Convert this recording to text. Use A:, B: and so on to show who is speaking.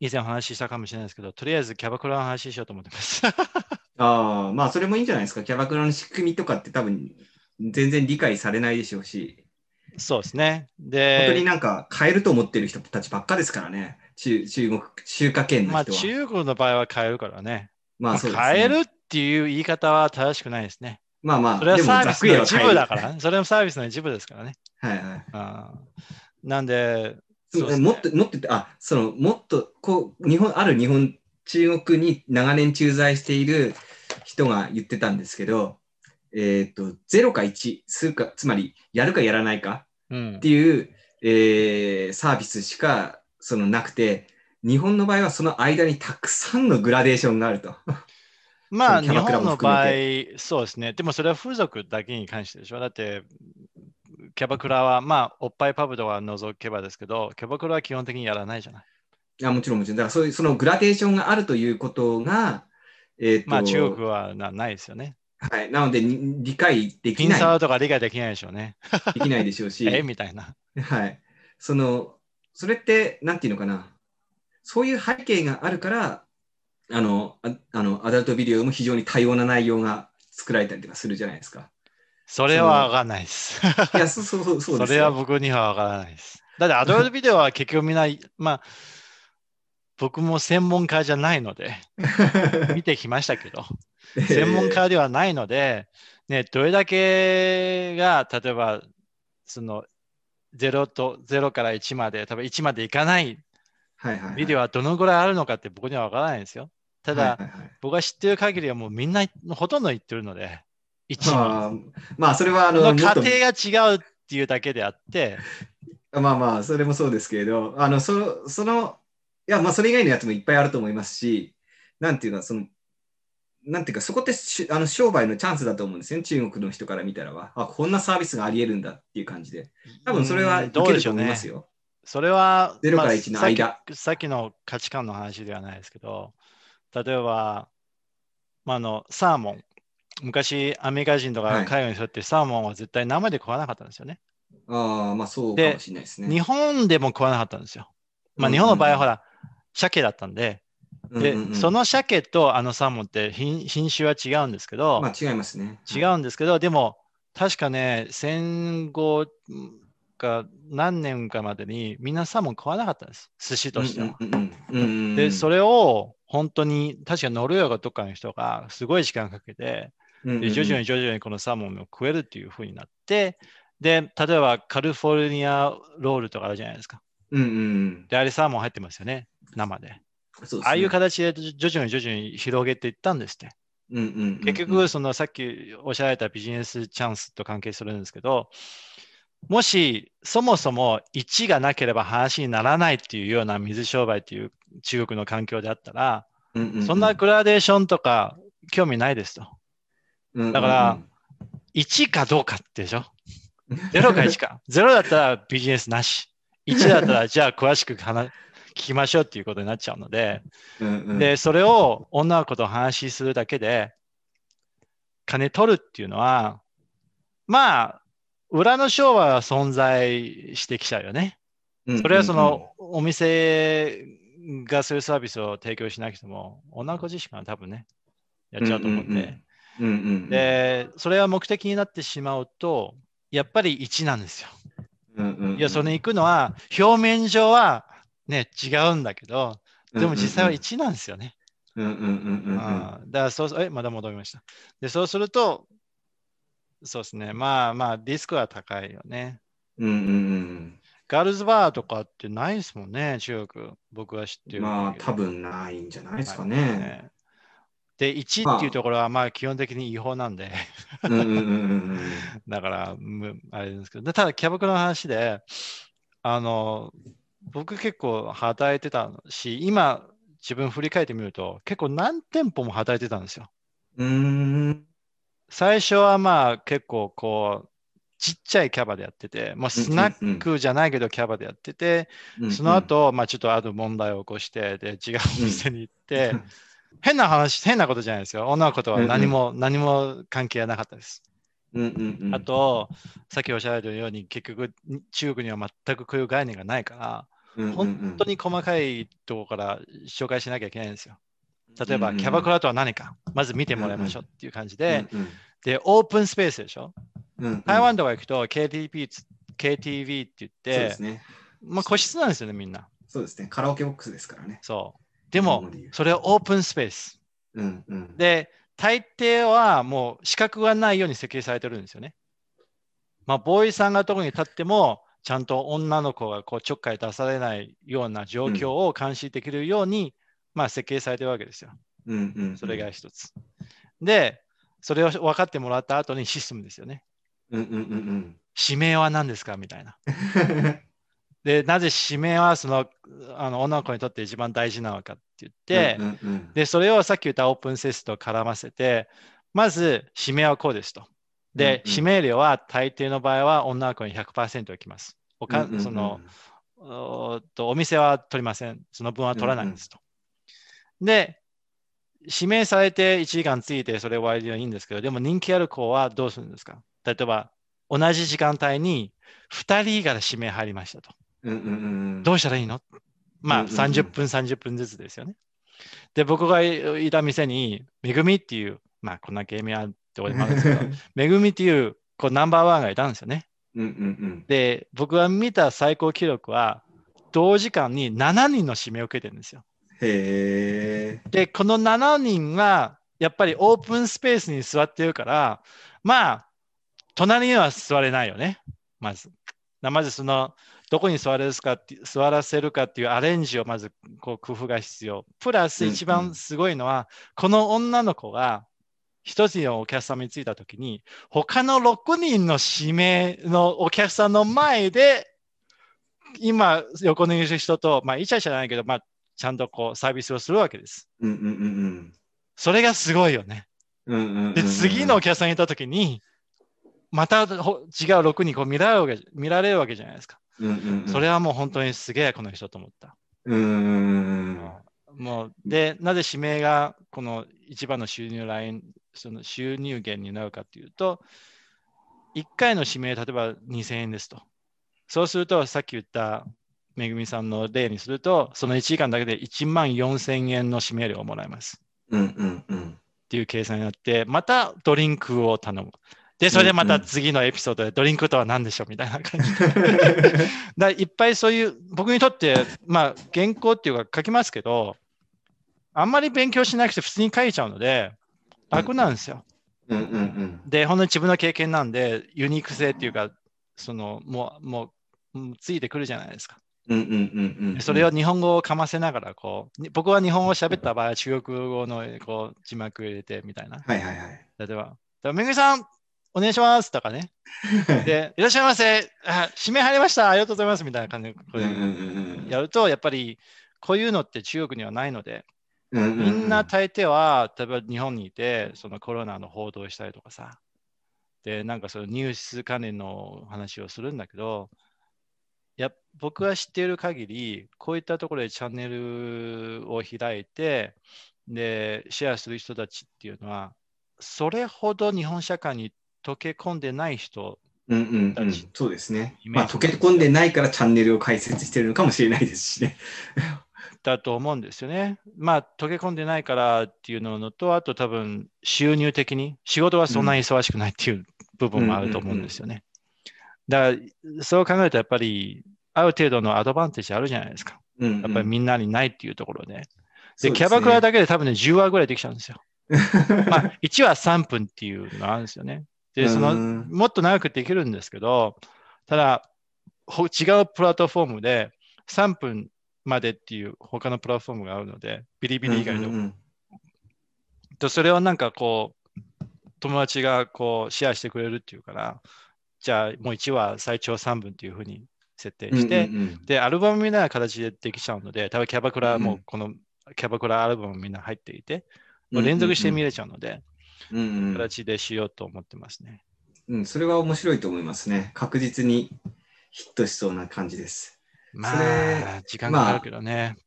A: 以前お話ししたかもしれないですけど、とりあえずキャバクラの話しようと思って ます。
B: ああ、まあそれもいいんじゃないですか。キャバクラの仕組みとかって多分全然理解されないでしょうし、
A: そうですね。
B: 本当に
A: で、
B: なんか買えると思ってる人たちばっかですからね。中中国、中華圏の人
A: ま
B: は
A: あ。中国の場合は買えるからね。
B: ま
A: まあ、
B: そうですね
A: 買えるっていう言い方は正しくないですね。
B: まあまあ、
A: それは
B: でも
A: サー
B: ざ
A: ビ
B: っ
A: ス
B: くり
A: の
B: は
A: 一
B: 買える
A: 部だから、ね、それもサービスの一部ですからね。
B: はいはい。
A: あーなんで、そうですね
B: もっと、もっと言って、あ、その、もっと、こう、日本、ある日本、中国に長年駐在している人が言ってたんですけど、えっ、と、0か1、数か、つまり、やるかやらないか
A: うん
B: っ、ていう、えーサービスしか、その、なくて、日本の場合はその間にたくさんのグラデーションがあると。
A: まあ、日
B: そのキャバクラ
A: 本
B: も
A: の
B: 含
A: 場合
B: め、
A: そうですね。でもそれは風俗だけに関してでしょ。だって、キャバクラは、まあ、おっぱいパブとは除けばですけど、キャバクラは基本的にやらないじゃない。
B: いや、もちろんもちろん。だから、そういう、そのグラデーションがあるということが、えっ、と、
A: まあ、中国はなないですよね。
B: はい。なので、に理解で
A: ピ
B: き
A: ン
B: ない
A: サ、ーとか理解できないでしょうね。
B: できないでしょう し。
A: えみたいな。
B: はい。その、それって、なんていうのかな。そういう背景があるから、あの、ああのアダルトビデオも非常に多様な内容が作られたりとかするじゃないです か。
A: それはわかんないです。
B: いや、そそうそうそ
A: そう
B: です
A: れは
B: よ。
A: 僕にはわからないです。だって、アドルトビデオは結局みんな、 まあ、僕も専門家じゃないので、見てきましたけど。専門
B: え
A: 家ではないので、ね、どれだけが例えばその0と0から1まで多分1までいかない
B: ー。はいはい、はい。
A: ビデオはどのぐらいあるのかって僕には分からないんですよ。ただ、
B: はいはいはい
A: 僕が知ってる限りはもうみんなほとんど言ってるので1
B: あーまあ、それは、あの、
A: の
B: も
A: 過
B: っと
A: 程が違うっていうだけであって
B: まあまあ、それもそうですけれど、あの、そその、いや、まあ、それ以外のやつもいっぱいあると思いますし、なんていうのは、その、なんていうか、そこってしあの商売のチャンスだと思うんですよね、中国の人から見たらは。あ、こんなサービスがあり得るんだっていう感じで。多分それは
A: うん
B: 受
A: どう
B: け
A: で
B: る
A: し
B: と
A: ょう
B: 思いま
A: ね
B: す。よ。
A: それは
B: 0から
A: まあ
B: 1の間。
A: さっきの価値観の話ではないですけど、例えば、まあ、あのサーモン、昔アメリカ人と
B: は
A: か
B: い
A: 海外の人ってサーモンは絶対生で食わなかったんですよね。
B: ああ、まあそうかもしれないですね。
A: 日本でも食わなかったんですよ。まあ、
B: うん
A: 日本の場合はほら、鮭だったんで、
B: うん
A: で
B: うんうん
A: そ、の鮭とあのサーモンって品品種は違うんですけど、
B: まあ違いますね。
A: 違うんですけど、でも確かね、戦後か何年かまでにみんなサーモン食わなかったんです、寿司としては。
B: うんうんうんうんうん。
A: で、そ
B: れ、
A: れを本当に、確かノルウェーがどっかの人がすごい時間かけて、
B: うんうんう
A: で
B: ん
A: 徐々に徐々にこのサーモンを食えるっていう風になって、で、例えばカリフォルニアロールとかあるじゃないですか。
B: うんうんうん。
A: で、あれサーモン入ってますよね、生で。
B: そうですね
A: ああいう形で徐々に徐々に広げていったんですって。
B: うんうんうんうん
A: 結局、そのさっきおっしゃられたビジネスチャンスと関係するんですけど、もしそもそも1がなければ話にならないっていうような水商売っていう中国の環境であったら、
B: ううう
A: そんなグラデーションとか興味ないですと。
B: うんうんうん
A: だから、1かどうかってでしょ ?0 か1か。0だったらビジネスなし。1だったらじゃあ詳しく話聞きましょうっていうことになっちゃうので、
B: うんうん
A: で、それを女の子と話しするだけで、金取るっていうのは、まあ、裏の商売は存在してきちゃうよね。それはその、お店がそういうサービスを提供しなくても、女の子自身が多分ね、やっちゃうと思うんで。
B: うんうんうん、うんうんうん、
A: で、それは目的になってしまうと、やっぱり1なんですよ。
B: うんうんうん、
A: いや、それに行くのは、表面上はね、違うんだけど、でも実際は1なんですよね。
B: うんうんうんうんうん
A: ああだからそうす、え、まだ戻りました。で、そうすると、そうですね、まあまあ、リスクは高いよね。
B: うんうん
A: ガールズバーとかってないですもんね、中国。僕は知ってる限り。
B: うんまあ多分ないんじゃないですか
A: な
B: ね。
A: いですね。で、1っていうところは、まあ、基本的に違法なんで。
B: うんうんうんうん
A: だから、むあれですけど、でただ、キャバクラの話で、あの、僕結構働いてたし、今、自分振り返ってみると、結構何店舗も働いてたんですよ。
B: うん。うーん
A: 最初はまあ結構こう、ちっちゃいキャバでやってて、まあ、スナックじゃないけどキャバでやってて、
B: うんうん
A: その後、まあちょっとある問題を起こして、で、違うお店に行って、変な話、変なことじゃないですよ。女の子とは何も、何も関係なかったです。
B: うんうんうん
A: あと、さっきおっしゃられたように、結局、中国には全くこういう概念がないから、
B: うんうんうん
A: 本当に細かいところから紹介しなきゃいけないんですよ。例えば、
B: うんうん
A: キャバクラとは何か、まず見てもらいましょうっていう感じで、
B: うん
A: で、オープンスペースでしょ。
B: うんうん
A: 台湾とか行くと KTP つ、KTV って言っ
B: そうで
A: て
B: す、ね。
A: まあ個室なんですよね、みんな。
B: そうですね。カラオケボックスですからね。
A: そう。でも、それをオープンスペース。
B: うんうん、
A: で、大抵はもう資格がないように設計されてるんですよね。まあ、ボーイさんがどこに立っても、ちゃんと女の子がこうちょっかい出されないような状況を監視できるように、まあ、設計されてるわけですよ。
B: うんうんうん
A: それが一つ。で、それを分かってもらった後にシステムですよね。
B: うんうんうん
A: 指名は何ですかみたいな。
B: うん。
A: で、なぜ指名はそのあの女の子にとって一番大事なのかって言って、
B: うんうんうん
A: で、それをさっき言ったオープンセスと絡ませて、まず指名はこうですと。で、
B: うんうん
A: 指名料は大抵の場合は女の子に100%いきます。おか
B: うんうんうん
A: その、おーっとお店は取りません。その分は取らないんですと。で、指名されて1時間ついてそれ終わりでいいんですけど、でも人気ある子はどうするんですか例えば、同じ時間帯に2人が指名入りましたと。
B: うんうんうん、
A: どうしたらいいのま
B: う
A: あ、
B: んうんうん
A: 30分、30分ずつですよね。で、僕がいた店に、めぐみっていう、まあ、こんなゲームやって俺もあるんですけ ど、めぐみっていう、こう、ナンバーワンがいたんですよね。
B: うんうん
A: で、僕が見た最高記録は、同時間に7人の指名を受けてるんですよ。
B: うん。へえ。
A: で、この7人が、やっぱりオープンスペースに座ってるから、まあ、隣には座れないよね、まず。なまずその、どこに座れるかって座らせるかっていうアレンジをまずこう工夫が必要。プラス
B: うんうん
A: 一番すごいのは、この女の子が一つのお客様に着いたときに、他の6人の指名のお客さんの前で、今横にいる人と、まあイチャイチャじゃないけど、まあちゃんとこうサービスをするわけです。
B: うんうんうん
A: それがすごいよね。
B: うん。うんうんうんうん
A: で、次のお客さんにいたときに、またほ違う6にこう見られるわけ見られるわけじゃないですか。
B: うんうんうん、
A: それはもう本当にすげえこの人と思った。
B: うんうんうん
A: もうで、なぜ指名がこの一番の収入ライン、その収入源になるかというと、1回の指名、例えば2000円ですと。そうすると、さっき言っためぐみさんの例にすると、その1時間だけで1万4000円の指名料をもらえます。
B: うんうんうん
A: っていう計算になって、またドリンクを頼む。で、それでまた次のエピソードでドリンクとは何でしょうみたいな 感じ。だからいっぱいそういう、僕にとって、まあ、原稿っていうか書きますけど、あんまり勉強しなくて普通に書いちゃうので、楽なんですよ。
B: うんうんうん
A: で、ほんの自分の経験なんで、ユニーク性っていうか、その、もう、もううん、ついてくるじゃないですか。
B: うんうんうんうん
A: それを日本語をかませながら、こう、に僕は日本語を喋った場合、中国語のこう字幕入れてみたいな。
B: はいはいはい
A: 例えば、だからめぐみさん、お願いしますとかね。で、いらっしゃいませ。あ、指名入りました。ありがとうございます。みたいな感じでこ
B: う
A: うん
B: う
A: いうん
B: うん
A: やると、やっぱり、こういうのって中国にはないので、
B: うんうん
A: みんな大抵は、例えば日本にいて、そのコロナの報道をしたりとかさ、で、なんかそのニュース関連の話をするんだけど、いや僕が知っている限り、こういったところでチャンネルを開いて、で、シェアする人たちっていうのは、それほど日本社会に溶け込んでない人、
B: うんうんうん、そうですね。
A: イメー
B: まあ、
A: ジ
B: 溶け込んでないからチャンネルを開設してるのかもしれないですしね。
A: だと思うんですよね。まあ、溶け込んでないからっていうのと、あと多分、収入的に、仕事はそんなに忙しくないっていう部分もあると思うんですよね。だから、そう考えると、やっぱり、ある程度のアドバンテージあるじゃないですか。
B: うんうん
A: やっぱりみんなにないっていうところで。
B: そ
A: で、
B: うですね
A: キャバクラだけで多分ね、10話ぐらいできちゃうんですよ。まあ、1話3分っていうのがあるんですよね。で、その、
B: うん
A: もっと長くできるんですけど、ただ、ほ違うプラットフォームで3分までっていう他のプラットフォームがあるので、ビリビリ以外
B: うんう
A: の。
B: ん
A: とそれをなんかこう、友達がこうシェアしてくれるっていうから、じゃあもう1話最長3分っていうふうに設定
B: うん
A: して、
B: うんうん
A: で、アルバムみたいな形でできちゃうので、多分キャバクラもこのキャバクラアルバムみんな入っていて、もう連続して見れちゃうので、
B: うんうんうん
A: 形でしようと思ってますね。
B: うん、それは面白いと思いますね。確実にヒットしそうな感じです。
A: まあ、時間かかるけどね。